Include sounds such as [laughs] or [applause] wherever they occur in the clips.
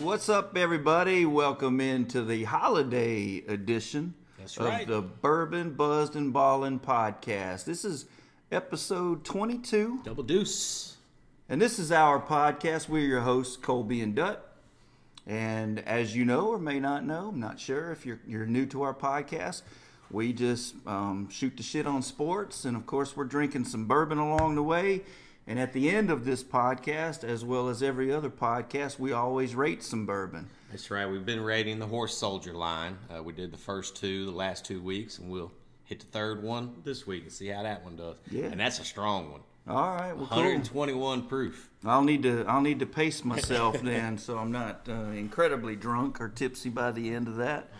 What's up, everybody? Welcome into the holiday edition That's of right. the Bourbon Buzzed and Ballin' podcast. This is episode 22, Double deuce. and this is our podcast. We're your hosts, Colby and Dutt. And as you know or may not know, I'm not sure if you're, you're new to our podcast, we just um, shoot the shit on sports. And of course, we're drinking some bourbon along the way. And at the end of this podcast, as well as every other podcast, we always rate some bourbon. That's right. We've been rating the horse soldier line. Uh, we did the first two the last two weeks, and we'll hit the third one this week and see how that one does. Yeah. And that's a strong one. All right, well, cool. 121 proof. I'll need to I'll need to pace myself [laughs] then, so I'm not uh, incredibly drunk or tipsy by the end of that.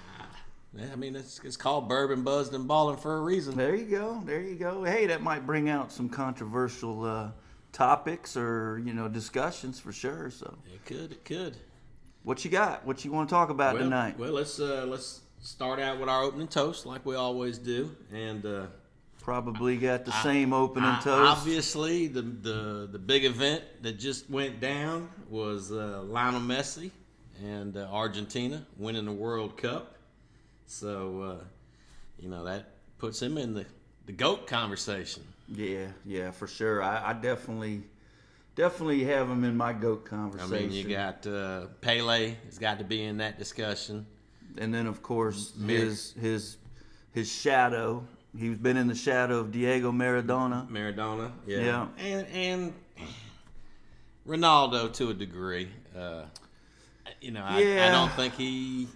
Yeah, I mean, it's, it's called bourbon buzzed and balling for a reason. There you go, there you go. Hey, that might bring out some controversial uh, topics or you know discussions for sure. So, It could. It could. what you got? What you want to talk about Well, tonight? well, let's uh, let's start out with our opening toast, like we always do, and. Uh, Probably got the same opening I- toast. Obviously, the, the the big event that just went down was uh, Lionel Messi and uh, Argentina winning the World Cup. So, uh, you know that puts him in the the goat conversation. Yeah, yeah, for sure. I, I definitely, definitely have them in my goat I conversation. mean, you got uh, Pele has got to be in that discussion. and then of course his his his shadow. He's been in the shadow of Diego Maradona. Maradona, Yeah. and and Ronaldo to a degree. Uh, you know, I, I Yeah. don't think he,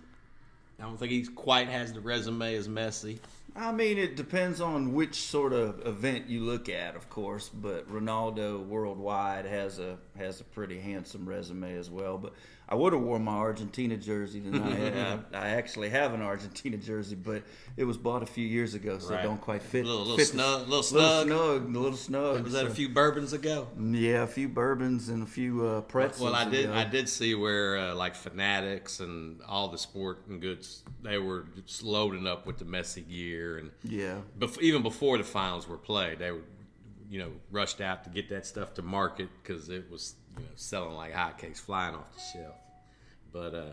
I don't think he quite has the resume as Messi. I mean, it depends on which sort of event you look at, of course. But Ronaldo worldwide has a has a pretty handsome resume as well. But I would have worn my Argentina jersey tonight. [laughs] I, I actually have an Argentina jersey, but it was bought a few years ago, so Right. it don't quite fit. Little- little fit the- snug- little snug. little snug, little snug. Was that a so- few bourbons ago? Yeah, a few bourbons and a few uh, pretzels. Well, I did. ago. I did see where uh, like fanatics and all the sport and goods they were just loading up with the Messi gear and Yeah. bef- even before the finals were played, they were, you know, rushed out to get that stuff to market because it was, you know, selling like hotcakes, flying off the shelf. But uh,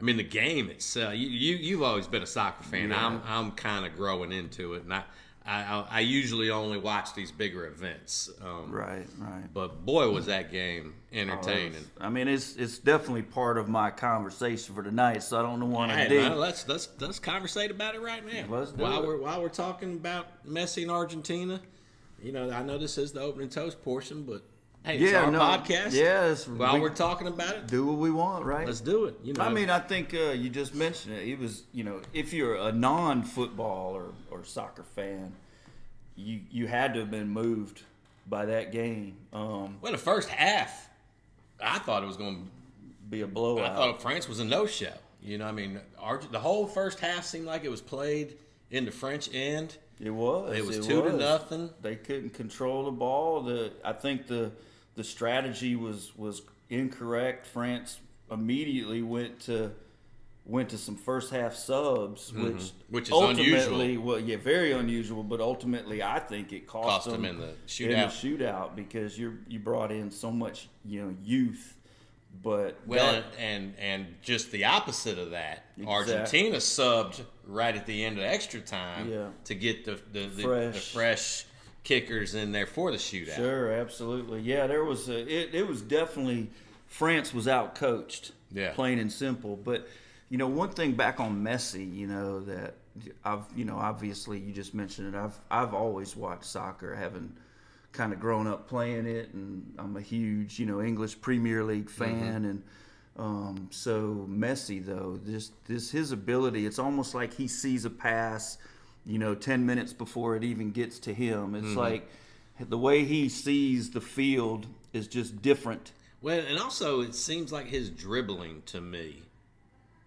I mean, the game itself. You, you you've always been a soccer fan. I'm I'm kind of growing into it, and I, I I- I usually only watch these bigger events. Um, Right. Right. But boy, was that game entertaining. I mean, it's it's definitely part of my conversation for tonight, so I don't want to Hey, dig. man, let's let's let's conversate about it right now. Let's do while it. we're while we're talking about Messi and Argentina, you know, I know this is the opening toast portion, but hey, it's Yeah, our no, podcast. yes, While we- we, are talking about it, Do what we want, right? let's do it. You know, I mean, I think uh, you just mentioned it. It was, you know, if you're a non-football or, or soccer fan, you you had to have been moved by that game. Um, well, the first half, I thought it was going. be a to blowout. I thought France was a no-show. You know, I mean, Arge- the whole first half seemed like it was played in the French end. It was. It was two to nothing. They couldn't control the ball. The I think the the strategy was was incorrect. France immediately went to went to some first half subs, which Mm-hmm. Which is ultimately, well, yeah, very unusual. But ultimately, I think it cost, Cost them them in the in the shootout. shootout because you you brought in so much you know youth, but Well, that- and and just the opposite of that, Argentina subbed right at the end of extra time Yeah. to get the the, the, fresh. the Fresh. fresh kickers in there for the shootout. Sure, absolutely. Yeah, there was a, it. It was definitely France was out coached. Yeah. plain and simple. But you know, one thing back on Messi, you know that I've you know obviously you just mentioned it. I've I've always watched soccer, having kind of grown up playing it, and I'm a huge you know English Premier League fan and. Um, so Messi though, this this his ability. It's almost like he sees a pass, you know, ten minutes before it even gets to him. It's like the way he sees the field is just different. Well, and also it seems like his dribbling to me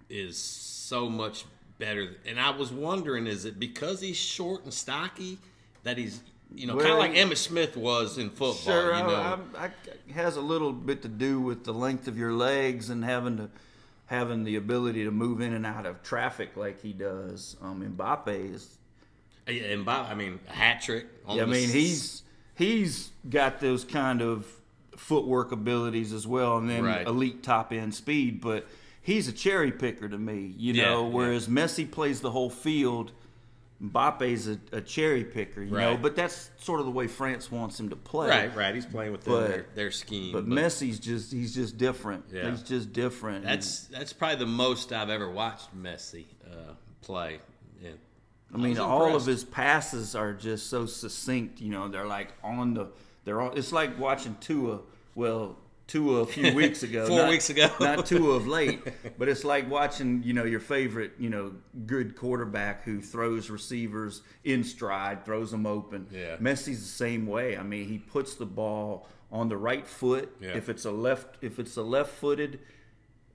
is so much better. And I was wondering, is it because he's short and stocky that he's you know kind of Well- like Emmitt Smith was in football? Sure, you know? I, I, I, it has a little bit to do with the length of your legs and having to having the ability to move in and out of traffic like he does. Um, Mbappe is. Yeah, and Bob, I mean, a hat trick. On I the mean, s- he's he's got those kind of footwork abilities as well, and then Right. elite top end speed. But he's a cherry picker to me, you Yeah, know. yeah. Whereas Messi plays the whole field, Mbappe's a, a cherry picker, you know. Right. But that's sort of the way France wants him to play. Right, right. He's playing within But- their, their scheme. But, Messi's just he's just different. Yeah. He's just different. And, that's that's probably the most I've ever watched Messi uh, play. Yeah. I mean, was all of impressed. his passes are just so succinct. You know, they're like on the. They're all. It's like watching Tua. Well, Tua a [laughs] few weeks ago. Four not- weeks ago. not Tua of [laughs] late, but it's like watching you know your favorite you know good quarterback who throws receivers in stride, throws them open. Yeah. Messi's the same way. I mean, he puts the ball on the right foot. Yeah. If it's a left, if it's a left-footed.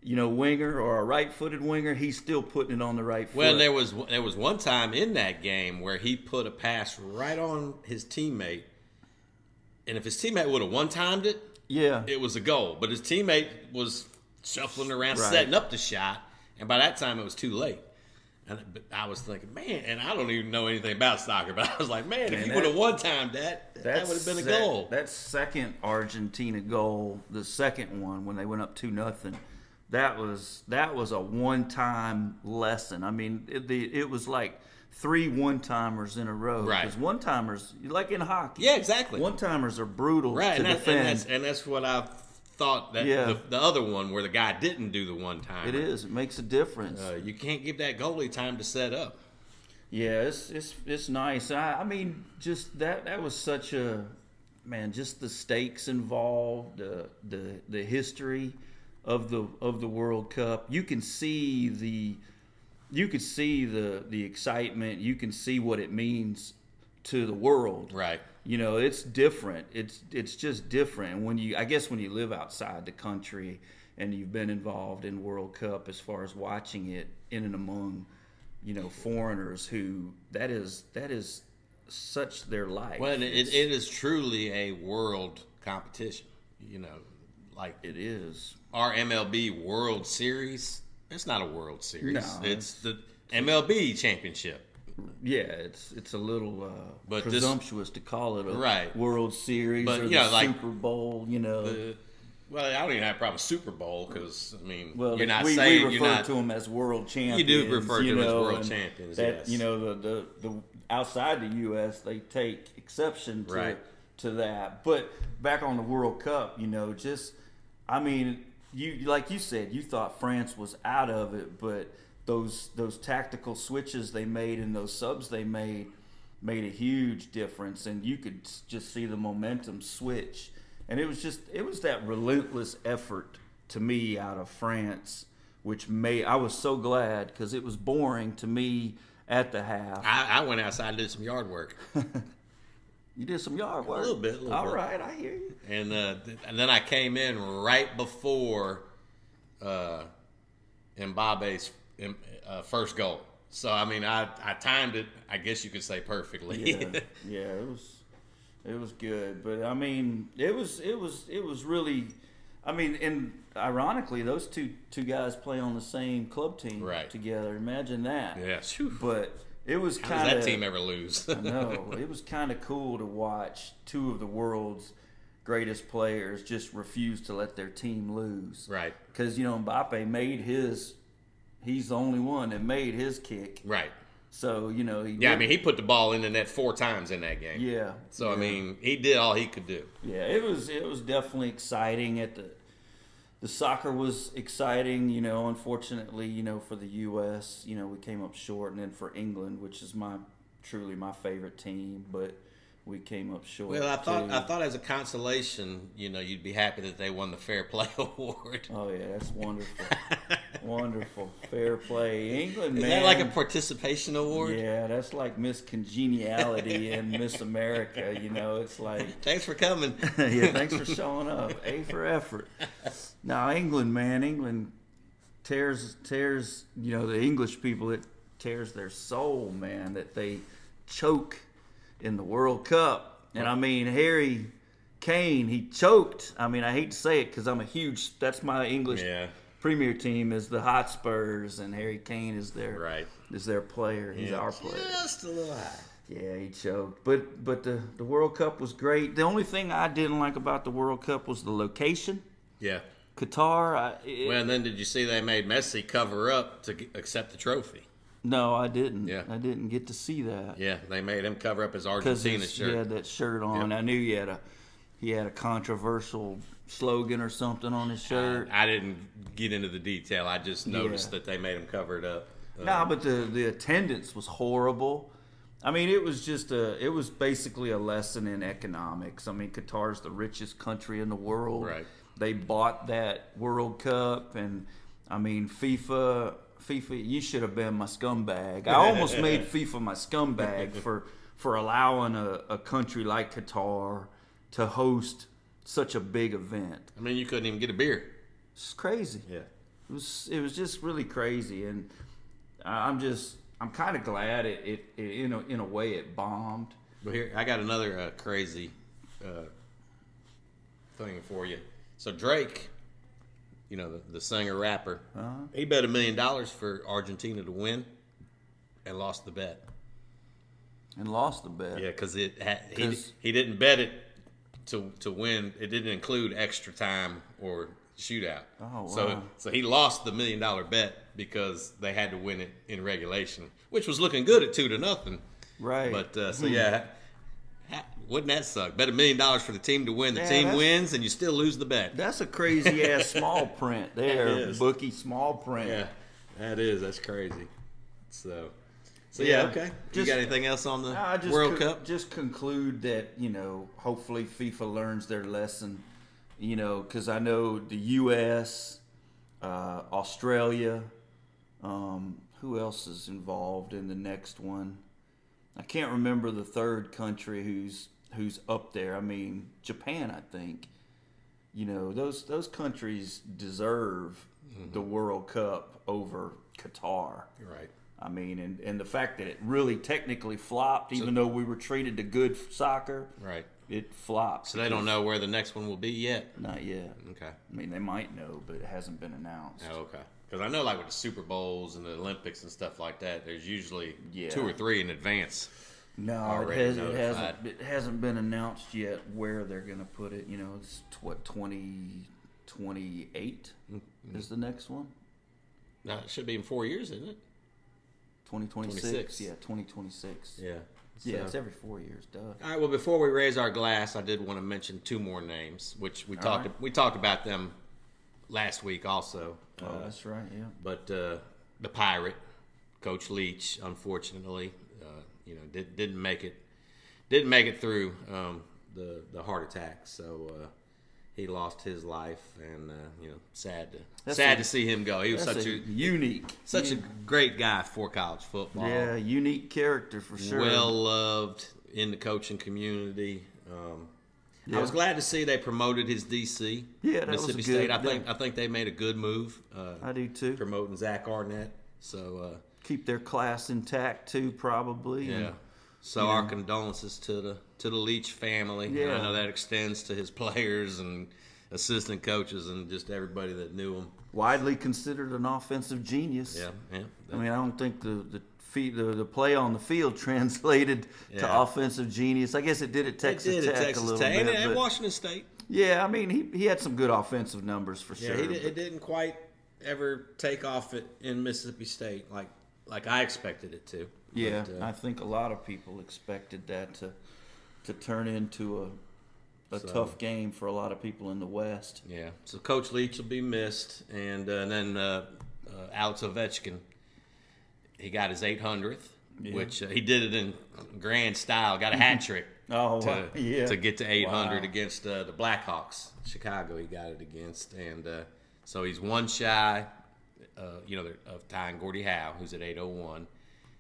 You know, winger or a right-footed winger, he's still putting it on the right foot. Well, there was there was one time in that game where he put a pass right on his teammate, and if his teammate would have one timed it, yeah, it was a goal. But his teammate was shuffling around, Right. setting up the shot, and by that time it was too late. And but I was thinking, man, and I don't even know anything about soccer, [laughs] but I was like, man, if Man, you that- would have one timed that, that would have been a sec- goal. That second Argentina goal, the second one when they went up two nothing, that was that was a one time lesson. I mean, it, the, it was like three one timers in a row. Right. one timers, like in hockey. yeah, exactly. One timers are brutal right, to and, that, defend. and that's and that's what I thought that Yeah. the, the other one where the guy didn't do the one time. it is. It makes a difference. Uh, you can't give that goalie time to set up. Yeah, it's it's it's nice. I, I mean, just that that was such a man. Just the stakes involved, the the the history of the of the World Cup. You can see the you can see the the excitement. You can see what it means to the world. Right. You know, it's different. It's it's just different. And when you, I guess, when you live outside the country and you've been involved in World Cup as far as watching it in and among, you know, foreigners who that is that is such their life. Well, and it, It's- it is truly a world competition. You know, like it is. our MLB World Series. It's not a World Series. No, it's the MLB Championship. Yeah, it's it's a little uh, But this- presumptuous to call it a Right. World Series But, or you the know, like- Super Bowl. You know, Uh, well, I don't even have a problem with Super Bowl because I mean, Well, you're not we, saying we you're refer not. to them as world champions. refer to 'em as know, world and champions, That yes. you know the, the the outside the U.S. they take exception to Right. to that. But back on the World Cup, you know, just I mean, you like you said, you thought France was out of it, but those those tactical switches they made and those subs they made made a huge difference, and you could s- just see the momentum switch. And it was just it was that relentless effort to me out of France, which made I was so glad because it was boring to me at the half. I, I went outside and did some yard work, You did some yard work, little bit, a little All bit. right, I hear you. and uh, th- and then I came in right before uh, Mbappe's um, uh, first goal. So I mean, I, I timed it. I guess you could say perfectly. [laughs] yeah, yeah, it was it was good, but I mean, it was it was it was really, I mean, and ironically, those two two guys play on the same club team Right. together. Imagine that. Yes. But it was How does kind that of team ever lose? [laughs] [laughs] no, it was kind of cool to watch two of the world's greatest players just refuse to let their team lose. right. Because you know Mbappe made his. He's the only one that made his kick. Right. So you know he. Yeah, I did- mean, he put the ball in the net four times in that game. Yeah. So I mean, he did all he could do. Yeah, it was it was definitely exciting at the the soccer was exciting, you know, unfortunately, you know, for the US, you know, we came up short and then for England, which is my truly my favorite team, but we came up short. Well, I thought too. I thought as a consolation, you know, you'd be happy that they won the fair play [laughs] award. Oh yeah, that's wonderful. wonderful. Fair play. England Is man. that like a participation award? yeah, that's like Miss Congeniality and Miss America, you know. It's like Thanks [laughs] for coming. yeah, thanks [laughs] for showing up. A for effort. Now England, man, England tears tears. You know the English people. It tears their soul, man, that they choke in the World Cup. And I mean Harry Kane, he choked. I mean I hate to say it because I'm a huge. That's my English Yeah. Premier team is the Hotspurs, and Harry Kane is their Right. is their player. He's our player. Just a little high. Yeah, he choked. But but the the World Cup was great. The only thing I didn't like about the World Cup was the location. Yeah. Qatar. I, it, Well, and then did you see they made Messi cover up to g- accept the trophy? no, I didn't. Yeah. I didn't get to see that. Yeah, they made him cover up his because Argentina he had shirt. that shirt on. I knew he had a he had a controversial slogan or something on his shirt. I didn't get into the detail. I just noticed Yeah. that they made him cover it up. Uh, nah, but the the attendance was horrible. I mean, it was just a it was basically a lesson in economics. I mean, Qatar's the richest country in the world. Right. They bought that World Cup, and I mean FIFA. FIFA, you should have been my scumbag. I almost made FIFA my scumbag for for allowing a, a country like Qatar to host such a big event. I mean, you couldn't even get a beer. It's crazy. Yeah. It was it was just really crazy, and I- I'm just I'm kind of glad it, it it in a in a way it bombed. But here, I got another uh, crazy uh, thing for you. So Drake, you know, the, the singer rapper, Uh-huh. he bet a million dollars for Argentina to win and lost the bet. And lost the bet. Yeah, because it had, he, 'Cause- he didn't bet it to to win. It didn't include extra time or shootout. Oh, So wow. so he lost the million dollar bet because they had to win it in regulation, which was looking good at two to nothing. Right. But uh, Hmm. so yeah, ha- wouldn't that suck? Bet a million dollars for the team to win. The team that's- wins, and you still lose the bet. That's a crazy [laughs] ass small print It there, is. bookie small print. yeah, that is that's crazy. So. So yeah, Yeah. okay. Just- you got anything else on the I just World con- Cup? just conclude that you know hopefully FIFA learns their lesson, you know, because I know the U.S., uh, Australia, um, who else is involved in the next one? I can't remember the third country who's who's up there. I mean Japan, I think. You know those those countries deserve Mm-hmm. the World Cup over Qatar. right. I mean, and, and the fact that it really technically flopped, even though we were treated to good soccer, Right. it flopped. So they don't know where the next one will be yet. Not yet. Okay. I mean, they might know, but it hasn't been announced. Oh, okay. Because I know, like with the Super Bowls and the Olympics and stuff like that, there's usually Yeah. two or three in advance. No, it, Already has, it notified. hasn't. It hasn't been announced yet where they're going to put it. You know, it's t- what twenty twenty eight Mm-hmm. is the next one. No, it should be in four years, isn't it? Twenty twenty 26. six. Yeah, twenty twenty six. Yeah. Yeah, it's every four years. Duh. All right. Well, before we raise our glass, I did want to mention two more names, which we talked right. we talked about them last week also. Oh, that's right. Yeah. But uh, the pirate, Coach Leach, unfortunately, uh, you know, did, didn't make it. Didn't make it through um, the the heart attack, so uh, he lost his life, and uh, you know, sad to That's sad a- to see him go. He was That's such a a, unique. such a great guy for college football. yeah, unique character for sure. well loved in the coaching community. Um, I was glad to see they promoted his DC. Yeah, that was a Mississippi good- State. I that- think I think they made a good move. Uh, I do too. promoting Zach Arnett. So uh, keep their class intact too, probably. yeah. And So our condolences to the to the Leach family. And I Yeah. know that extends to his players and assistant coaches and just everybody that knew him. widely considered an offensive genius. Yeah, yeah. I mean, I don't think the the fe- the, the play on the field [laughs] translated Yeah. to offensive genius. I guess it did at They Texas did Tech at a Texas little Tech bit. and at but- Washington State. yeah, I mean, he, he had some good offensive numbers for Yeah, sure. he did, it didn't quite ever take off it in Mississippi State like like I expected it to. but- yeah, But, uh, I think a lot of people expected that to to turn into a a So- tough game for a lot of people in the West. yeah. So Coach Leach will be missed, and, uh, and then uh, uh, Alex Ovechkin, he got his 800th, Yeah. which uh, he did it in grand style. Got [laughs] a hat trick Oh, to, [laughs] yeah. to get to 800 Wow. against uh, the Blackhawks. Chicago, he got it against, and uh, so he's one shy, uh, you know, of tying Gordie Howe, who's at 801,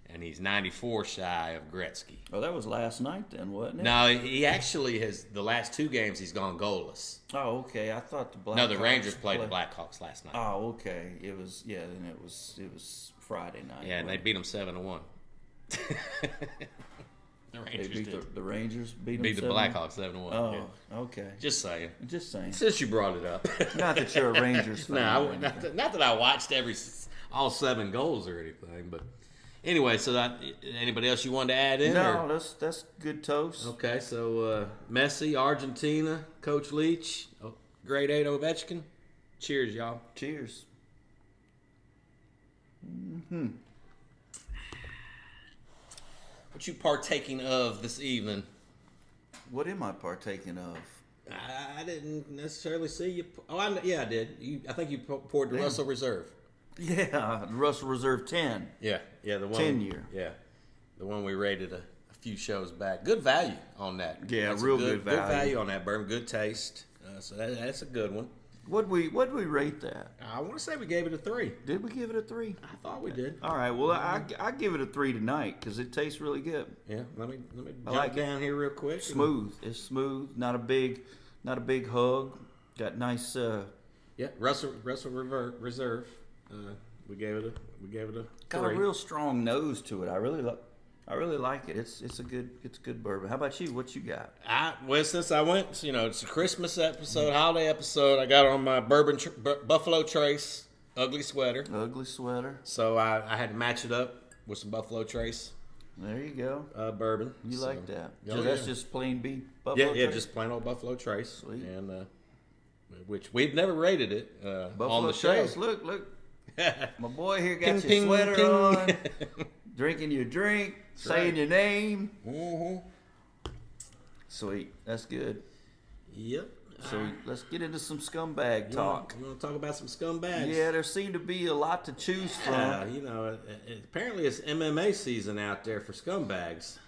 and he's 94 shy of Gretzky. Oh, that was last night then, wasn't it? No, he actually has the last two games he's gone goalless. Oh, okay. I thought the Black No, the Rangers played the Blackhawks last night. Oh, okay. It was yeah, and it was it was Friday night. yeah, and they right? beat them seven to one. the They Rangers beat the, did. the Rangers beat, beat the them seven- Blackhawks seven to one. Oh, yeah. okay. Just saying. Just saying. Since you brought it [laughs] up, [laughs] Not that you're [laughs] a Rangers fan. no, I- or not, that, not that I watched every s- all seven goals or anything, but Anyway, so that anybody else you wanted to add in? No, or? that's that's good toast. Okay, so uh, Messi, Argentina, Coach Leach, oh, grade eight Ovechkin. Cheers, y'all. Cheers. What you partaking of this evening? What am I partaking of? I I didn't necessarily see you. p- Oh, I, kn- yeah, I did. You, I think you p- poured the Russell Reserve. Yeah, Russell Reserve Ten. Yeah, yeah, the one 10 year. Yeah, the one we rated a, a few shows back. Good value on that. Yeah, That's a real good Good value. value on that bourbon. Good taste. Uh, so that, that's a good one. What we what we rate that? I want to say we gave it a three. Did we give it a three? Mm-hmm. I thought we did. All right. Well, I I give it a three tonight because it tastes really good. Yeah, let me let me I jump like it. down here real quick. Smooth. It's smooth. Not a big, not a big hug. Got nice. uh Yeah, Russell Russell Rever- Reserve. Uh, we gave it a we gave it a Got three. a real strong nose to it. I really like. I really like it. It's it's a good it's a good bourbon. How about you? What you got? I well since I went, you know, it's a Christmas episode, holiday episode. I got on my bourbon tr- Bu- Buffalo Trace ugly sweater, Ugly sweater. so I, I had to match it up with some Buffalo Trace There you go. uh, bourbon. You So- like that? Oh, so that's yeah. just plain beef. yeah, Buffalo yeah, Trace? just plain old Buffalo Trace, Sweet. and uh, which we've never rated it uh, Buffalo on the Trace. show. Look, [laughs] look. My boy here got Ping, your ping, sweater ping. on, [laughs] drinking your drink, saying right. your name. Mhm. Sweet. That's good. Yep. So let's get into some scumbag talk. You want to talk about some scumbags? Yeah, there seemed to be a lot to choose Yeah, from. you know, it, it, apparently it's MMA season out there for scumbags.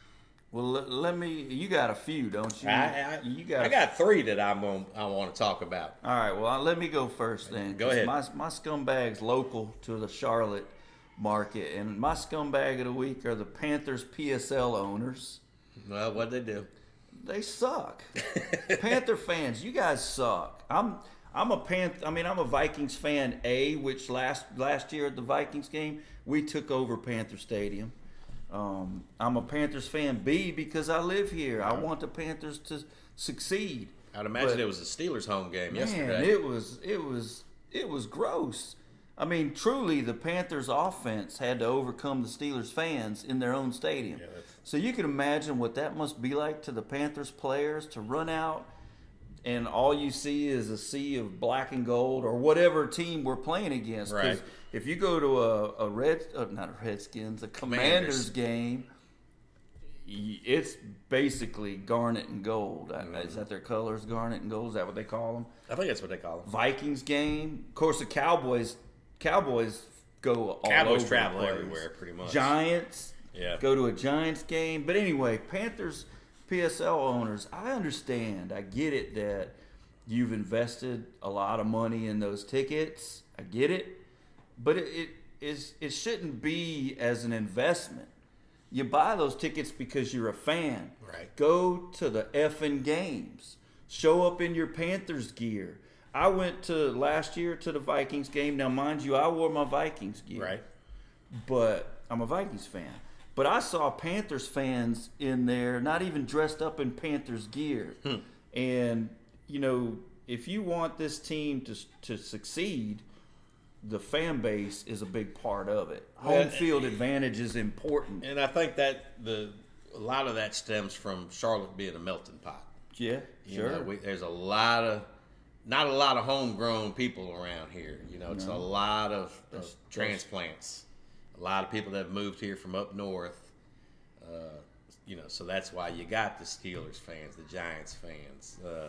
Well, let, let me. You got a few, don't you? I, I, you got. I got three that I'm on, I want to talk about. All right. Well, I- let me go first then. Go 'cause ahead. My my scumbag's local to the Charlotte market, and my scumbag of the week are the Panthers PSL owners. Well, what they do? They suck. Panther fans, you guys suck. I'm I'm a Panth I mean I'm a Vikings fan A, which last last year at the Vikings game, we took over Panther Stadium. Um, I'm a Panthers fan B because I live here. I want the Panthers to succeed. I'd imagine But- it was a Steelers home game Man, yesterday. it was it was it was gross. I mean, truly, the Panthers' offense had to overcome the Steelers' fans in their own stadium. that's- so you can imagine what that must be like to the Panthers players to run out and all you see is a sea of black and gold or whatever team we're playing against. 'Cause Right. If you go to a, a red, uh, not a Redskins, a Commanders. Commanders game, y- it's basically garnet and gold. I- Mm-hmm. Is that their colors? Garnet and gold? Is that what they call them? I think that's what they call them. Vikings game. Of course, the Cowboys. Cowboys go all Cowboys over travel the place. everywhere, pretty much. Giants. Yeah. Go to a Giants game, but anyway, Panthers PSL owners. I understand. I get it that you've invested a lot of money in those tickets. I get it, but it, it is it shouldn't be as an investment. You buy those tickets because you're a fan. Right. Go to the effing games. Show up in your Panthers gear. I went to last year to the Vikings game. Now, mind you, I wore my Vikings gear. Right? But I'm a Vikings fan. But I saw Panthers fans in there, not even dressed up in Panthers gear. Hmm. And, you know, if you want this team to, to succeed, the fan base is a big part of it. Well, Home field advantage is important. And I think that the a lot of that stems from Charlotte being a melting pot. Yeah, You sure. know, we, there's a lot of, not a lot of homegrown people around here. You know, it's a lot of, of transplants, a lot of people that have moved here from up north. Uh, you know, so that's why you got the Steelers fans, the Giants fans. Uh,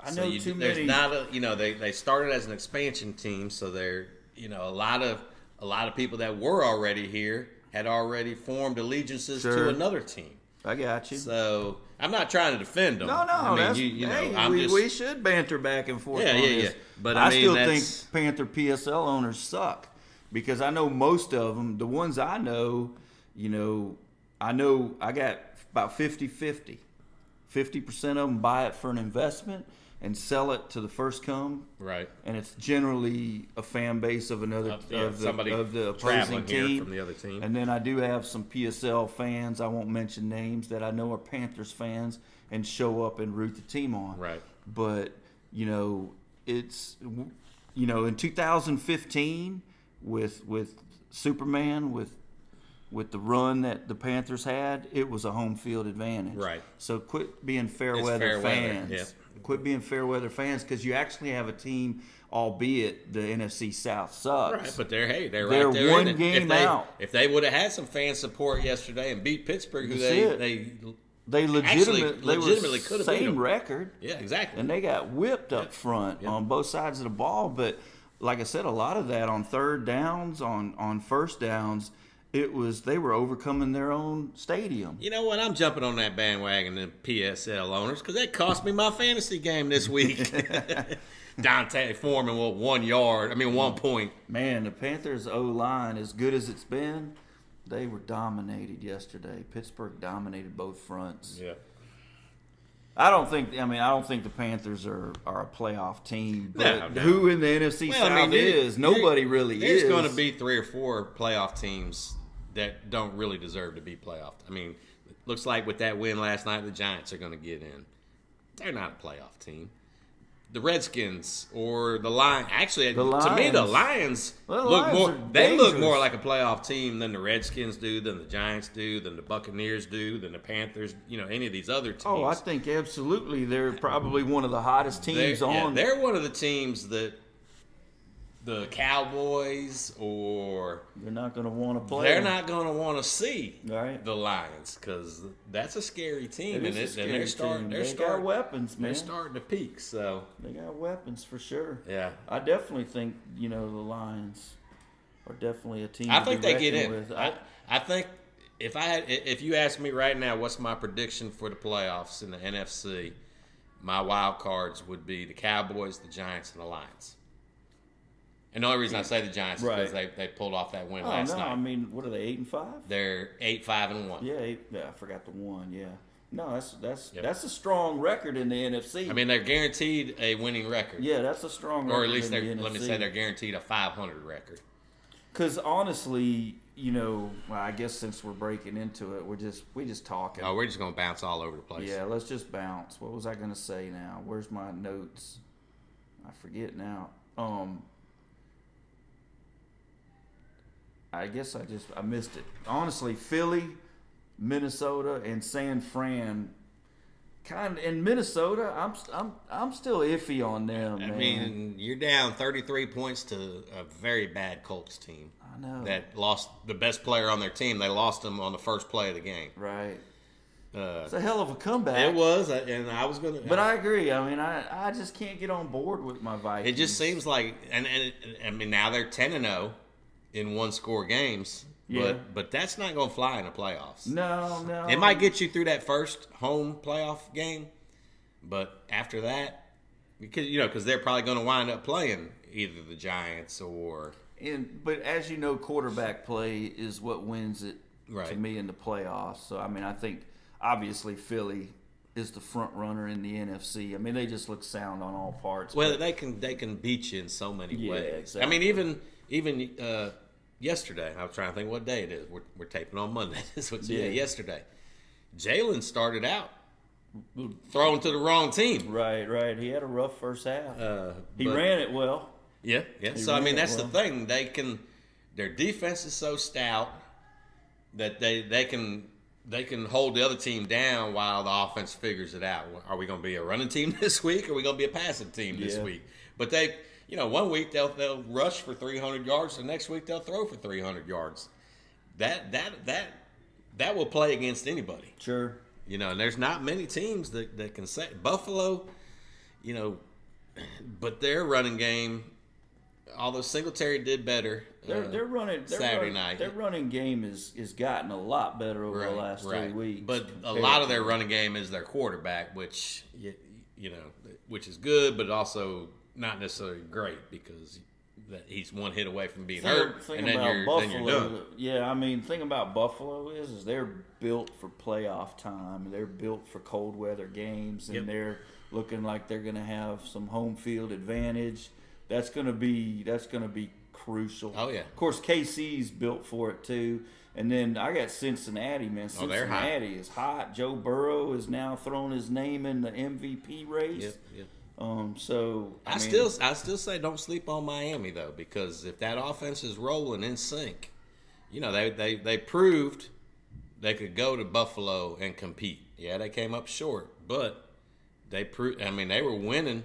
I so know you- too there's many- Not a, you know, they they started as an expansion team, so they're you know a lot of a lot of people that were already here had already formed allegiances Sure. to another team. I got you. So I'm not trying to defend them. No, no, I mean, that's, you, you know, hey, I'm we, just, we should banter back and forth. Yeah, on yeah, this. yeah. But I mean, still that's- think Panther PSL owners suck because I know most of them. The ones I know, you know, I know I got about 50-50. 50% of them buy it for an investment and sell it to the first come. right. And it's generally a fan base of another Of- yeah, of, the, somebody of the opposing traveling here team from the other team. And then I do have some PSL fans. I won't mention names that I know are Panthers fans and show up and root the team on. Right. But you know, it's you know, in 2015 with with Superman with with the run that the Panthers had, it was a home field advantage. Right. So quit being fair weather fair weather, fans. yep. Quit being fair weather fans because you actually have a team, albeit the NFC South sucks. Right, but they're hey, they're, They're right there. in one it. game if they, out. If they would have had some fan support yesterday and beat Pittsburgh, who That's they it. they They Actually, legitimately, they legitimately were could've beat same 'em. record, yeah exactly. and they got whipped up front on both sides of the ball. But like I said, a lot of that on third downs, on on first downs, it was they were overcoming their own stadium. you know what? I'm jumping on that bandwagon, the PSL owners, because that cost me my fantasy game this week. [laughs] Dante Foreman, what one yard? I mean, one point. Man, the Panthers O line, as good as it's been, they were dominated yesterday. Pittsburgh dominated both fronts. Yeah. I don't think. I mean, I don't think the Panthers are, are a playoff team. But No, no. who in the NFC Well, South I mean, there- is? Nobody there- really there's is. going to be three or four playoff teams that don't really deserve to be playoff. I mean, it looks like with that win last night, the Giants are going to get in. They're not a playoff team. The Redskins or the Lions. Actually, to me, the Lions. Lions Well, the look Lions more. are They look dangerous. more like a playoff team than the Redskins do, than the Giants do, than the Buccaneers do, than the Panthers. You know, any of these other teams. Oh, I think absolutely. They're probably one of the hottest teams They're, yeah, on. they're one of the teams that the Cowboys or they're not going to want to play. they're them. not going to want to see Right. the Lions because that's a scary team, It is and, a it, and scary they're starting. team. They're they starting. got weapons, they're man. starting to peak. So they got weapons for sure. yeah, I definitely think you know the Lions are definitely a team. I to think be they get in. reckoned with. uh, I, I think if I had, if you asked me right now, what's my prediction for the playoffs in the NFC? My wild cards would be the Cowboys, the Giants, and the Lions. And the only reason I say the Giants is because Right. they, they pulled off that win oh last no, night. I mean, what are they eight and five? They're eight, five, and one. Yeah, eight, yeah, I forgot the one. Yeah, no, that's that's Yep. that's a strong record in the NFC. I mean, they're guaranteed a winning record. yeah, that's a strong. or record at least in they're the let me NFC. say they're guaranteed a 500 record. Because honestly, you know, well, I guess since we're breaking into it, we're just we just talking. Oh, we're just gonna bounce all over the place. yeah, let's just bounce. What was I gonna say now? Where's my notes? I forget now. Um, I guess I just I missed it. Honestly, Philly, Minnesota, and San Fran. Kind of in Minnesota, I'm st- I'm I'm still iffy on them. I man. mean, you're down 33 points to a very bad Colts team I know that lost the best player on their team. They lost him on the first play of the game. right. Uh, It's a hell of a comeback. it was, uh, and I was gonna. But I agree. I mean, I, I just can't get on board with my Vikings. it just seems like, and, and and, I mean, now they're 10 and 0 in one score games. Yeah. But but that's not gonna fly in the playoffs. no, no. It might get you through that first home playoff game, but after that, because you know, because they're probably going to wind up playing either the Giants or And, but as you know, quarterback play is what wins it to Right. me in the playoffs. So I mean, I think obviously Philly is the front runner in the NFC. I mean, they just look sound on all parts. well, they can they can beat you in so many Yeah, ways. I exactly. mean, even even uh, yesterday, I was trying to think what day it is. We're, we're taping on Monday. [laughs] That's what's yeah. Yeah. yesterday. Jalen started out throwing to the wrong team. right, right. He had a rough first half. Uh, he but- ran it well. Yeah, yeah. So I ran mean, it that's the well. thing. They can, their defense is so stout that they they can they can hold the other team down while the offense figures it out. Are we going to be a running team [laughs] this week? Or are we going to be a passing team this Yeah. week? But they, you know, one week they'll they'll rush for 300 yards. The next week they'll throw for 300 yards. That that that that will play against anybody. Sure. You know, and there's not many teams that, that can say Buffalo, you know, but their running game, although Singletary did better. They're, uh, they're running they're Saturday running- night. Their running game is is gotten a lot better over right, the last three right. weeks. But a compared lot of to- their running game is their quarterback, which, you, you know, which is good, but also not necessarily great because that he's one hit away from being Thing- hurt. thing and then about you're, Buffalo, then you're done. yeah, I mean, thing about Buffalo is, is they're built for playoff time. They're built for cold weather games, and Yep. they're looking like they're going to have some home field advantage. That's going to be that's going to be crucial. Oh, yeah. Of course, KC's built for it too. And then I got Cincinnati, man. Oh, they're Cincinnati hot. is hot. Joe Burrow is now throwing his name in the MVP race. Yep, yep. Um, so I, mean, still I still say don't sleep on Miami though because if that offense is rolling in sync, you know, they, they, they proved they could go to Buffalo and compete. Yeah, they came up short, but they proved, I mean, they were winning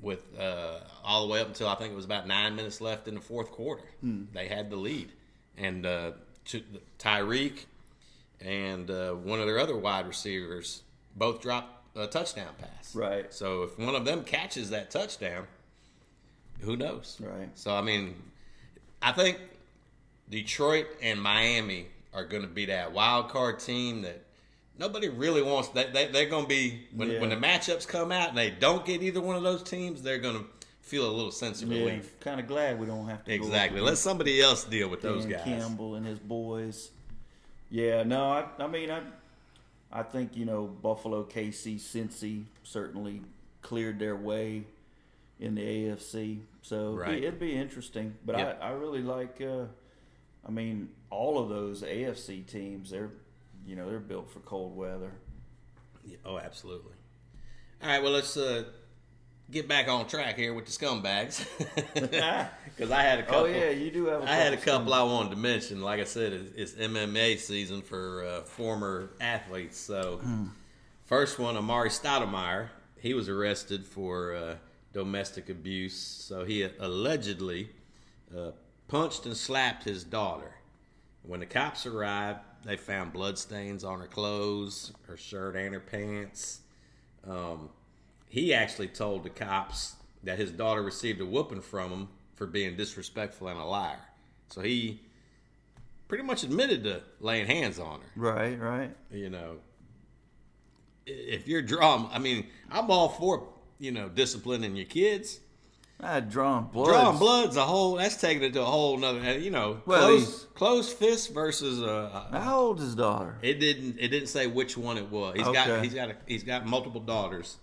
with uh, all the way up until I think it was about nine minutes left in the fourth quarter. Hmm. They had the lead. And uh, Ty- Tyreek and uh, one of their other wide receivers both dropped a touchdown pass. Right. So if one of them catches that touchdown, who knows? Right. So I mean, I think Detroit and Miami are going to be that wild card team that nobody really wants. They, they they're going to be when Yeah. when the matchups come out and they don't get either one of those teams, they're going to feel a little sense of Yeah, relief. kind of glad we don't have to go up Exactly. Let somebody else deal with those Dan guys. Campbell and his boys. Yeah, no, I, I mean, I, I think you know Buffalo, KC, Cincy certainly cleared their way in the AFC. So it'd, Right. be, it'd be interesting. But Yep. I, I really like. Uh, I mean, all of those AFC teams, they're, you know, they're built for cold weather. Yeah, oh, absolutely. All right, well, let's uh, get back on track here with the [laughs] scumbags. [laughs] Because I had a couple. Oh yeah, you do have. A I had a of couple I wanted to mention. Like I said, it's, it's MMA season for uh, former athletes. So, Hmm. first one, Amari Stoudemire. He was arrested for uh, domestic abuse. So he allegedly uh, punched and slapped his daughter. When the cops arrived, they found bloodstains on her clothes, her shirt, and her pants. Um, he actually told the cops that his daughter received a whooping from him for being disrespectful and a liar. So he pretty much admitted to laying hands on her. Right, right. You know, I- if you're drum, I mean, I'm all for you know disciplining your kids. I had drawn blood. Drawing blood's a whole that's taking it to a whole nother. and, You know, Well, close he's- close fist versus a. a How old is his daughter? it didn't. It didn't say which one it was. He's got. Okay. He's got. A, he's got multiple daughters,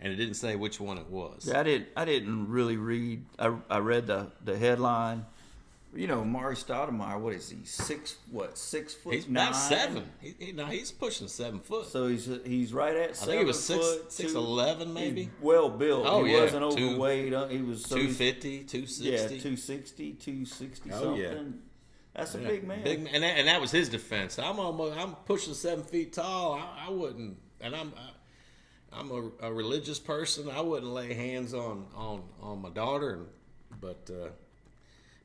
and it didn't say which one it was. Yeah, I didn't. I didn't really read. I, I read the the headline. You know, Mari Stoudemire. What is he? Six? What? Six foot? He's nine? about seven. He, he, no, he's pushing seven foot. So he's he's right at. I Seven think he was six, foot, six two- eleven, he's maybe well built. Oh, he yeah, wasn't two- overweight. Uh, he was so two he's- fifty, two Yeah, sixty. 260, 260 Oh, something. yeah. That's a big man. Big man, and that, and that was his defense. I'm almost, I'm pushing seven feet tall. I, I wouldn't, and I'm, I, I'm a, a religious person. I wouldn't lay hands on on on my daughter. And, but uh,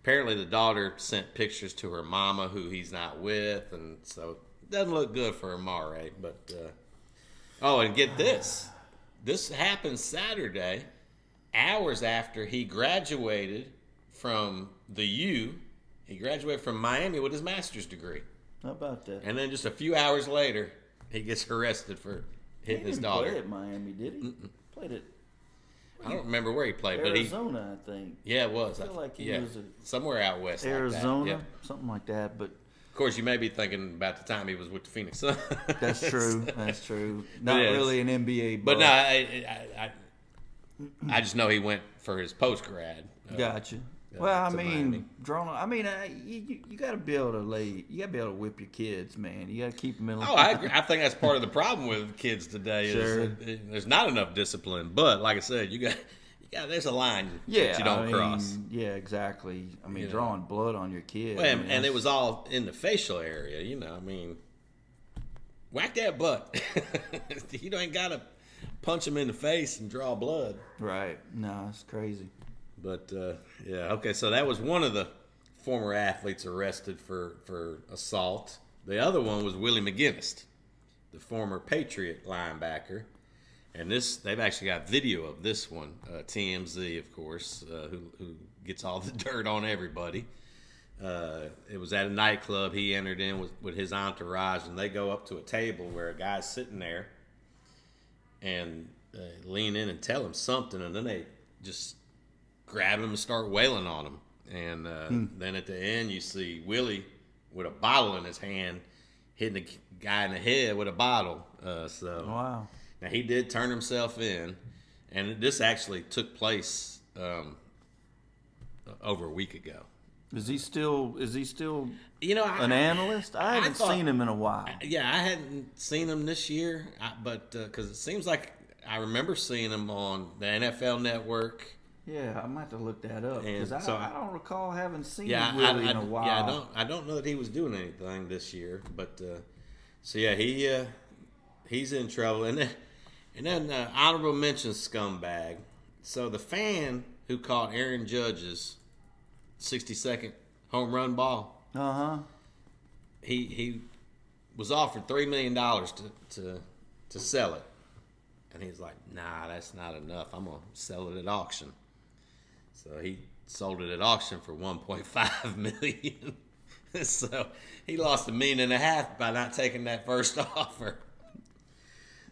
apparently, the daughter sent pictures to her mama, who he's not with, and so it doesn't look good for Amare. But uh, oh, and get this, this happened Saturday, hours after he graduated from the U. He graduated from Miami with his master's degree. How about that? And then just a few hours later, he gets [laughs] arrested for he hitting didn't his play daughter. at Miami, did he? Played at I don't remember where he played, but he Arizona, I think. yeah, it was. I feel like he yeah, was a- somewhere out west. like that, Arizona, yeah. something like that. But Of course, you may be thinking about the time he was with the Phoenix Suns. that's [laughs] true. that's true. Not Yes. really an NBA. but buff. no, I, I, I, I just know he went for his post grad. Gotcha. uh, well, I to Miami. mean, drawn. I mean, I, you, you, you got to be able to lay. You got to be able to whip your kids, man. You got to keep them in. Oh, I agree. I think that's part of the problem with kids today is Sure. that it- there's not enough discipline. But like I said, you got you got there's a line [laughs] yeah, that you don't I mean, cross. Yeah, exactly. I mean, You know. drawing blood on your kid. Well, I and, mean, and it that's- was all in the facial area, you know. I mean, whack that butt. [laughs] you ain't got to punch him in the face and draw blood. right. No, it's crazy. But uh, yeah, okay. So that was one of the former athletes arrested for for assault. The other one was Willie McGinnis, the former Patriot linebacker, and this they've actually got video of this one. Uh, TMZ, of course, uh, who who gets all [laughs] the dirt on everybody. Uh, it was at a nightclub. He entered in with, with his entourage, and they go up to a table where a guy's sitting there, and uh, lean in and tell him something, and then they just grab him and start wailing on him. And uh, then at the end, you see Willie with a bottle in his hand hitting the guy in the head with a bottle. Uh, so Wow. now he did turn himself in, and this actually took place um, over a week ago. Is he still? Is he still You know, I, an analyst? I haven't thought- seen him in a while. yeah, I hadn't seen him this year, uh, I, but because it seems like I remember seeing him on the NFL Network Yeah, I might have to look that up And because I, so I I- don't recall having seen Yeah, I, Willie I- in a while. yeah, I don't, I don't know that he was doing anything this year, but uh, so yeah, he uh, he's in trouble. And then, and then uh, honorable mention scumbag. So the fan who caught Aaron Judge's sixty second home run ball, Uh huh. he he was offered three million dollars to, to to sell it, and he's like, "Nah, that's not enough. I'm gonna sell it at auction." So he sold it at auction for one point five [laughs] million. so he lost a million and a half by not taking that first [laughs] offer.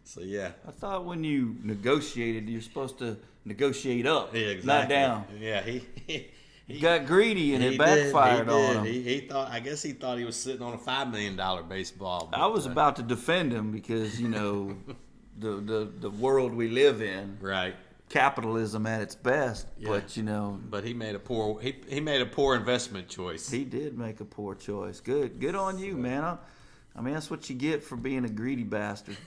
So yeah, I thought when you negotiated, you're supposed to negotiate up, yeah, exactly. not down. Yeah, he. he He got greedy and it backfired did, he on him. He, he thought. I guess he thought he was sitting on a five million dollar baseball. I was but, uh, about to defend him because you [laughs] know the, the the world we live in, right. capitalism at its best. But you know But he made a poor he, he made a poor investment choice. he did make a poor choice. Good, good on you, man. I, I mean that's what you get for being a greedy [laughs] bastard.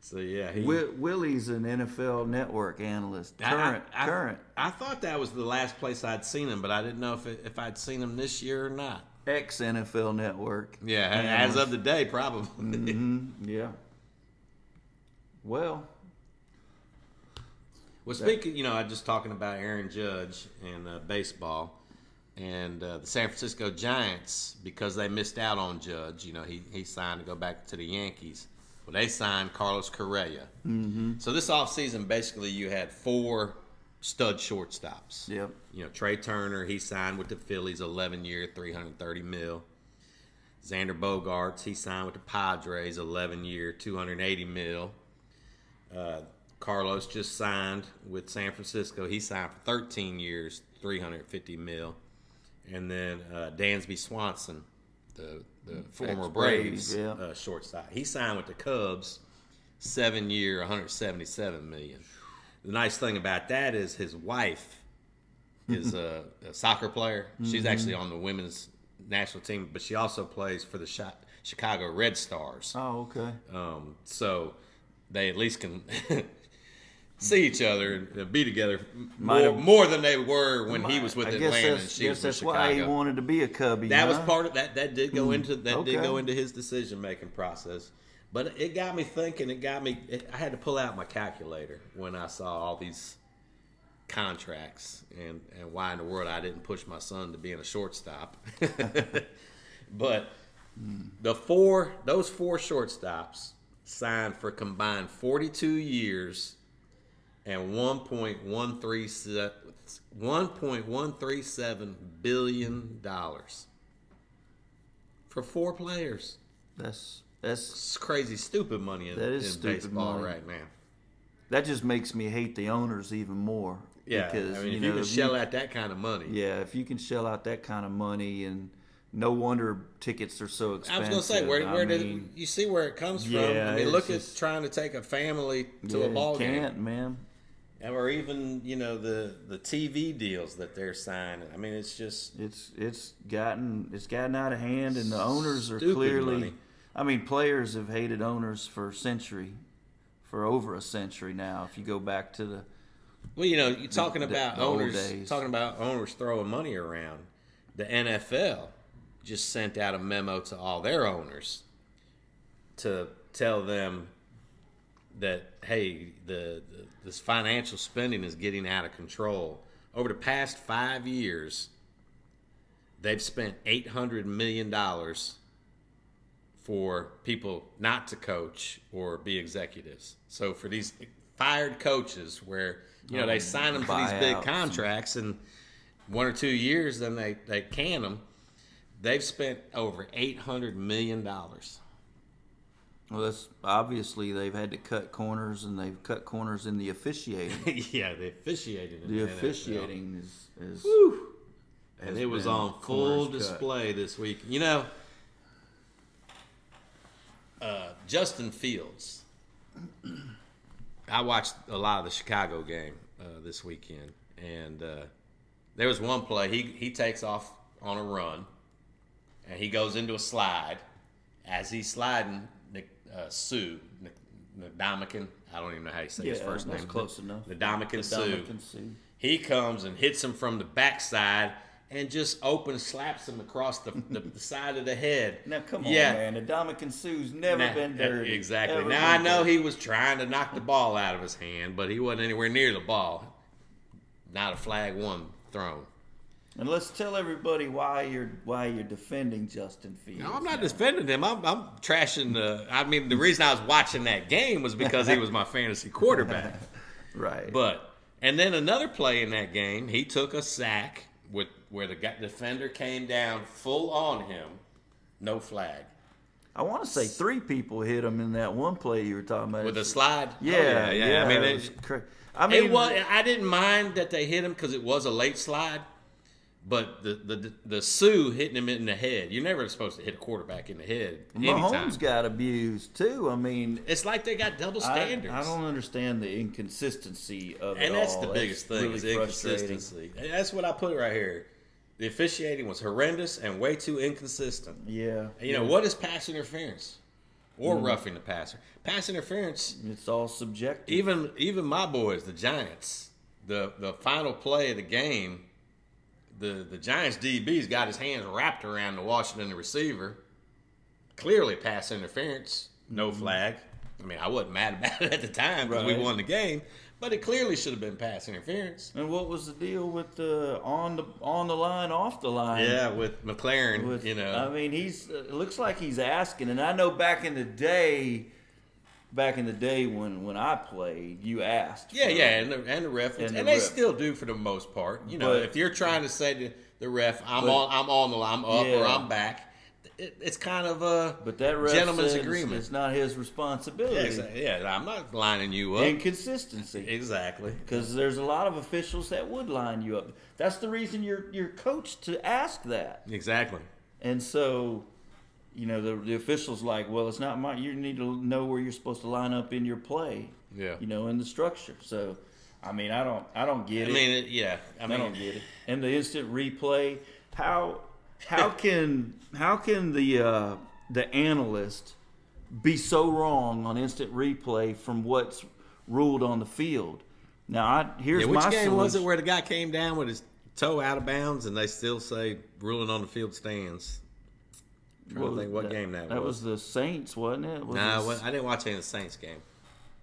so yeah, he, Wi- Willie's an NFL Network analyst, I- I- current, I- current, I, thought that was the last place I'd seen him, but I didn't know if it, if I'd seen him this year or not. ex NFL Network. Yeah, Mm-hmm. a- as of the day, probably. [laughs] Mm, yeah. Well, well, speaking, you know, I was just talking about Aaron Judge and uh, baseball. And uh, the San Francisco Giants, because they missed out on Judge, you know, he, he signed to go back to the Yankees. Well, they signed Carlos Correa. Mm-hmm. So this offseason, basically, you had four stud shortstops. yep. You know, Trey Turner, he signed with the Phillies, 11 year, 330 mil. Xander Bogarts, he signed with the Padres, 11 year, 280 mil. Uh, Carlos just signed with San Francisco. He signed for 13 years, 350 mil. And then uh, Dansby Swanson, the, the former Braves, Braves, yeah. uh, shortstop, he signed with the Cubs, seven year, 177 million. The nice thing about that is his wife is a, a soccer player. Mm-hmm. She's actually on the women's national team, but she also plays for the Chi- Chicago Red Stars. Oh, okay. Um, so they at least can [laughs] see each other and be together Might more, have- more than they were when he was with I guess Atlanta and that's, she guess was with that's why he Chicago. wanted to be a cubby. That was huh? part of that. That did go into that did okay. go into his decision making process. But it got me thinking. It got me. It, I had to pull out my calculator when I saw all these contracts and and why in the world I didn't push my son to being a shortstop. [laughs] but Hmm. the four those four shortstops signed for combined forty two years and 1.137 $1.137 billion dollars for four players. That's that's It's crazy stupid money in, That is in stupid baseball money. right now. that just makes me hate the owners even more. Yeah, because I mean, you if know, you can shell out that kind of money, yeah, if you can shell out that kind of money, and no wonder tickets are so I expensive. was gonna say where I where mean, did you see where it comes from? Yeah, I mean, it's look just- at trying to take a family to yeah, a ball you game. can't, man. or even you know the the TV deals that they're signing. I mean, it's just It's it's gotten it's gotten out of hand, and the owners are Stupid clearly. money. I mean, players have hated owners for a century, for over a century now. If you go back to the Well, you know, you're talking the- about the old owners days. talking about owners throwing money around. The NFL just sent out a memo to all their owners to tell them that hey, the, the this financial spending is getting out of control. Over the past 5 years, they've spent 800 million dollars for people not to coach or be executives. So for these fired coaches, where you know they sign them to these big buyouts. contracts, and one or two years, then they they can them. They've spent over eight hundred million dollars. [laughs] Well, that's obviously they've had to cut corners, and they've cut corners in the [laughs] officiating. yeah, the officiating. in The NFL. officiating is, is and has it was been on full corners cut. display this week. You know, uh, Justin Fields. I watched a lot of the Chicago game uh, this weekend, and uh, there was one play he he takes off on a run, and he goes into a slide. As he's sliding, Nick, uh, Sue Nick, Ndamukong- I don't even know how you say his Yeah, first that's name. close enough. Ndamukong Sue Dominican Sue. He comes and hits him from the backside and just open slaps him across the, the, the side of the head. Now come Yeah. on, man. Adamican Sue's never Now- been dirty. Exactly. Never now I been know dirty. he was trying to knock the ball out of his hand, but he wasn't anywhere near the ball. Not a flag one thrown. And let's tell everybody why you're why you're defending Justin Fields. No, I'm not defending him. I'm, I'm trashing the. I mean, the reason I was watching that game was because he was my fantasy quarterback. right. But and then another play in that game, he took a sack with where the guy- defender came down full on him, no flag I want to say three people hit him in that one play you were talking about. with a slide. Oh, yeah, yeah, I mean, it it- was cra- I mean, it was. I didn't mind that they hit him because it was a late slide, but the the the Sue hitting him in the head. You're never supposed to hit a quarterback in the head. Anytime. Mahomes got abused too. I mean, it's like they got double I- standards. I, don't understand the inconsistency of it and that's the all. biggest thing really is frustrating. inconsistency. And that's what I put right here. The officiating was horrendous and way too inconsistent. Yeah, Mm. And you know what is pass interference or roughing the passer? Pass interference. it's all subjective. Even even my boys, the Giants, the the final play of the game, the the Giants DB's got his hands wrapped around the Washington receiver. Clearly, pass interference, no flag. I mean, I wasn't mad [laughs] about it at the time because Mm-hmm. Right. we won the game, but it clearly should have been pass interference. and what was the deal with the on the on the line, off the line? Yeah, with McLaren, With- you know, I mean, he's uh, it looks like he's asking, and I know back in the day, back in the day when when I played, you asked. Yeah, for- yeah, and the, and the ref, and, And the they ref. still do for the most part. You know, But- if you're trying to say to the ref, "I'm But- on, I'm on the line, I'm up, or Yeah. I'm back," it, it's kind of uh, a But that ref gentleman's said it's- agreement. It's not his responsibility. yeah, exa- yeah, I'm not lining you up. Inconsistency, exactly. because there's a lot of officials that would line you up. That's the reason you're you're coached to ask that. Exactly. And so, you know, the, the officials like, well, it's not my. You need to know where you're supposed to line up in your play. Yeah. You know, in the structure. So, I mean, I don't, I don't get I it. mean, it, yeah. I I mean, don't get it. And the instant replay, how [laughs] how can how can the uh, the analyst be so wrong on instant replay from what's ruled on the field? Now, I, here's Yeah, my which game was it solution. where the guy came down with his toe out of bounds, and they still say ruling on the field stands? I'm trying Well, to think what game that, That was was. the Saints, wasn't it? Was Nah, it- well, I didn't watch any of the Saints game.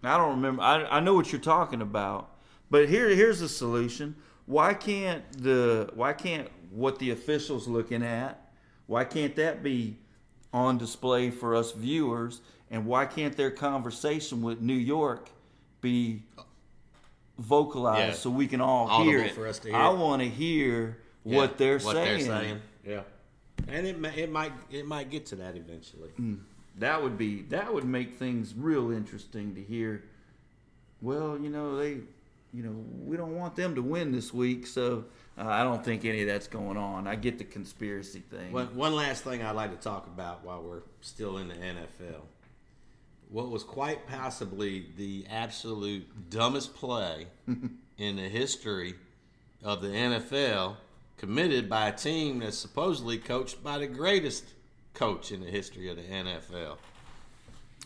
I don't remember. I, I know what you're talking about, but here here's the solution. Why can't the why can't what the officials looking at? Why can't that be on display for us viewers? And why can't their conversation with New York be vocalized Yeah. so we can all Audible hear it? for us to hear I it. want to hear what they're saying. Yeah, and it ma- it might it might get to that eventually. Mm-hmm. That would be that would make things real interesting to hear. Well, you know they, you know we don't want them to win this week, so uh, I don't think any of that's going on. I get the conspiracy thing. One, one last thing I'd like to talk about while we're still in the NFL. What was quite possibly the absolute dumbest [laughs] play in the history of the NFL committed by a team that's supposedly coached by the greatest coach in the history of the NFL.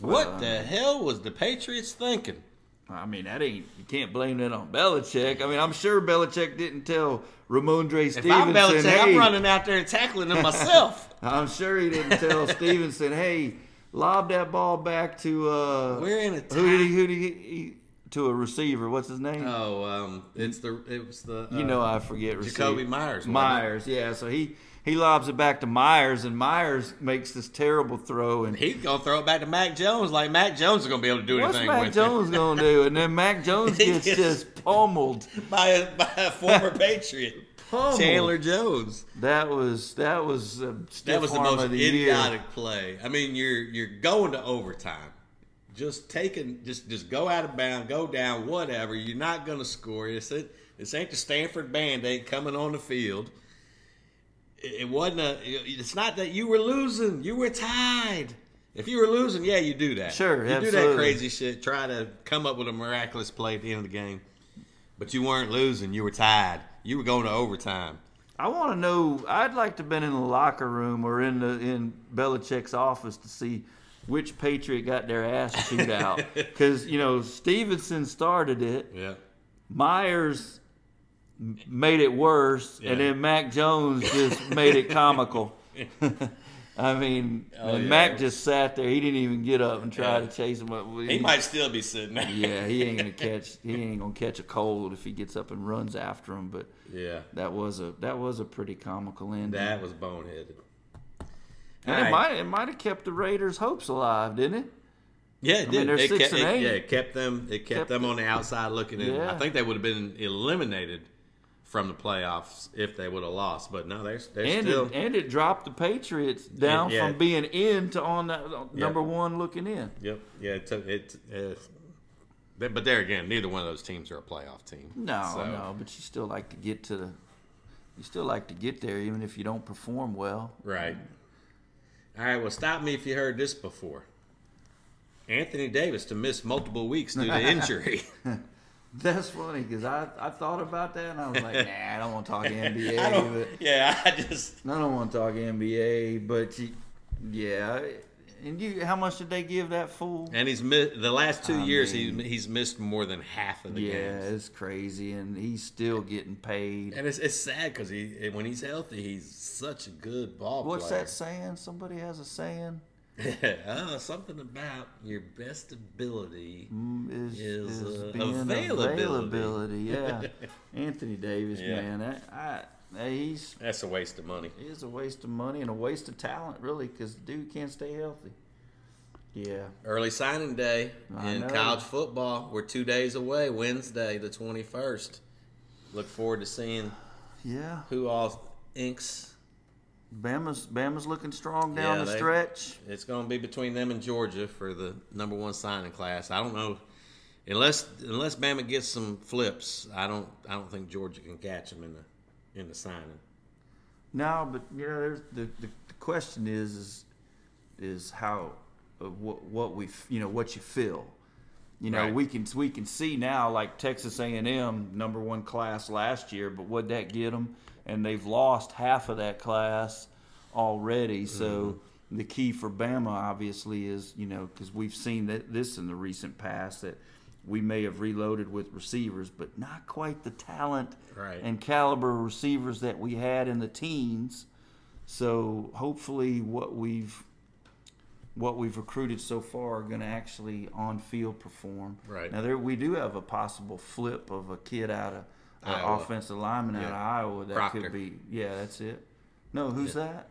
Well, What the hell was the Patriots thinking? I mean that ain't you can't blame that on Belichick. I mean I'm sure Belichick didn't tell Ramondre Stevenson. If I'm Belichick, I'm "Hey," running out there and tackling them myself. I'm sure he didn't [laughs] tell Stevenson, hey, lob that ball back to uh, We're in a who did he, tie. who did he, he to a receiver? What's his name? [laughs] Oh, um, it's the it was the uh, You know I forget. Jacoby receiver. Myers, wasn't it? Myers, yeah. So he he lobs it back to Myers, and Myers makes this terrible throw. And He's gonna throw it back to Mac Jones like Mac Jones is gonna be able to do what's anything Mac with Jones gonna do? And then Mac [laughs] Jones He gets gets- just pummeled. it [laughs] by a, by a former Patriot, Pummeled. Chandler Jones. That was that was a stiff That was the arm most of the idiotic year. play. I mean, you're you're going to overtime. Just taking, just just go out of bound, go down, whatever. You're not gonna score. This it. This ain't the Stanford band ain't coming on the field. It, it wasn't a. It's not that you were losing. You were tied. If you were losing, yeah, you do that. Sure, you do absolutely. that crazy shit. Try to come up with a miraculous play at the end of the game, but you weren't losing. You were tied. You were going to overtime. I want to know. I'd like to have been in the locker room or in the in Belichick's office to see which Patriot got their ass chewed [laughs] out because you know Stevenson started it. Yeah. Myers m- made it worse, Yeah. and then Mac Jones just made it comical. [laughs] I mean, Oh, and yeah. Mac just sat there. He didn't even get up and try to chase him up. He might still be sitting there. [laughs] Yeah, he ain't gonna catch. He ain't gonna catch a cold if he gets up and runs after him. But [laughs] Yeah. that was a that was a pretty comical ending. That was boneheaded. and All it right. might it might have kept the Raiders' hopes alive, didn't it? Yeah, it mean, did. they're it, six kept, and it- eight. yeah, it kept them. It kept, Kept them on the outside looking in. I Yeah. think they would have been eliminated from the playoffs if they would have lost. But no, they're, they're And still. it, and it dropped the Patriots down yeah. from being in to on that number one looking in. Yep. Yeah. It took it. Uh, but but there again, neither one of those teams are a playoff team. No, So, no, but you still like to get to the. You still like to get there, even if you don't perform well. [laughs] Right. All right. Well, stop me if you heard this before. Anthony Davis to miss multiple [laughs] weeks due to injury. That's funny because I, I thought about that and I was like, [laughs] nah, I don't want to talk NBA. I don't, but yeah, I just I don't want to talk NBA, but you, yeah. And you, how much did they give that fool? and he's missed the last two I years. mean- he he's missed more than half of the Yeah, games. it's crazy, and he's still getting paid. And it's, it's sad because he when he's healthy, he's such a good ball What's player. that saying? Somebody has a saying. [laughs] oh, something about your best ability. Mm, Is, Is, is, uh, being availability. availability. [laughs] Yeah, Anthony Davis, Yeah. man, that, I, that- he's That's a waste of money. is a waste of money and a waste of talent, really, because dude can't stay healthy. Yeah, Early signing day I in know. college football. We're two days away. Wednesday, the twenty first. Look forward to seeing yeah. who all inks. Bama's Bama's looking strong down Yeah, the they- stretch. It's going to be between them and Georgia for the number one signing class. I don't know. Unless unless Bama gets some flips, I don't I don't think Georgia can catch them in the in the signing. No, but you know, there's the, the, the question is is is how uh, what what we f- you know what you feel. You know, Right. we can we can see now like Texas A&M number one class last year, but would that get them? And they've lost half of that class already. So the key for Bama obviously is you know because we've seen that this in the recent past that we may have reloaded with receivers, but not quite the talent Right. and caliber receivers that we had in the teens. So hopefully, what we've what we've recruited so far are going to actually on field perform. Right. now, there we do have a possible flip of a kid out of an Iowa. offensive lineman out of Yeah. Iowa. That Proctor. could be. Yeah, that's it. No, who's that?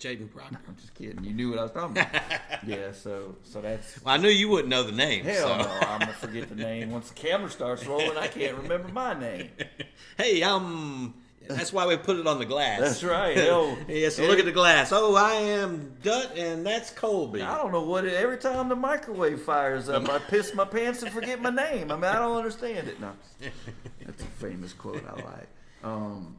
Jaden Proctor. I'm just kidding. You knew what I was talking [laughs] about. yeah. So so that's. Well, I knew you wouldn't know the name. Hell so. no! I'm gonna forget the name once the camera starts rolling. I can't remember my name. [laughs] hey, um, that's why we put it on the glass. That's right, [laughs] hell. yeah, so look at the glass. Oh, I am Dutt, and that's Colby. I don't know what it, every time the microwave fires up, I piss my pants and forget my name. I mean, I don't understand it. No, that's a famous quote I like. Um,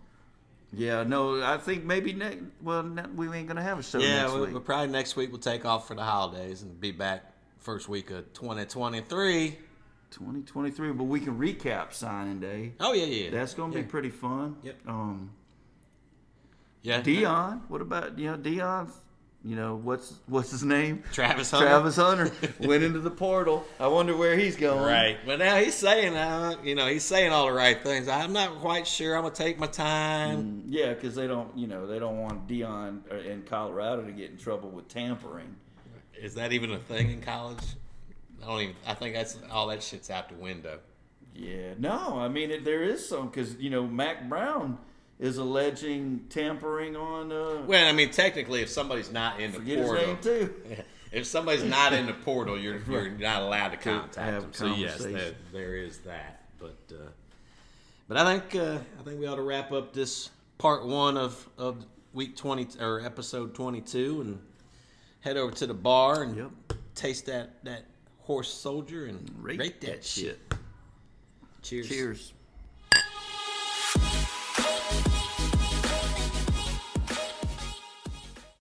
yeah, no, I think maybe next. Well, ne- we ain't gonna have a show Yeah, next we, week. we'll probably next week we'll take off for the holidays and be back first week of 2023. 2023, but we can recap signing day. Oh yeah, yeah. That's gonna yeah. be pretty fun. Yep. Um, Yeah, Dion, what about you know Dion? You know what's what's his name? Travis Hunter. Travis Hunter went into the portal. I wonder where he's going. Right, but now he's saying, uh, you know, he's saying all the right things. I'm not quite sure. I'm gonna take my time. Yeah, because they don't, you know, they don't want Dion uh, in Colorado to get in trouble with tampering. Is that even a thing in college? I don't even. I think that's all that shit's out the window. Yeah, no, I mean it, there is some because you know Mac Brown is alleging tampering on. Uh, Well, I mean, technically, if somebody's not in the forget his portal, name too. [laughs] if somebody's not in the portal, you're you're not allowed to contact have them. So yes, conversation. there, there is that. But uh, but I think uh, I think we ought to wrap up this part one of of week twenty or episode twenty two and head over to the bar and Yep. taste that that horse soldier and rate, that, shit. Cheers. Cheers.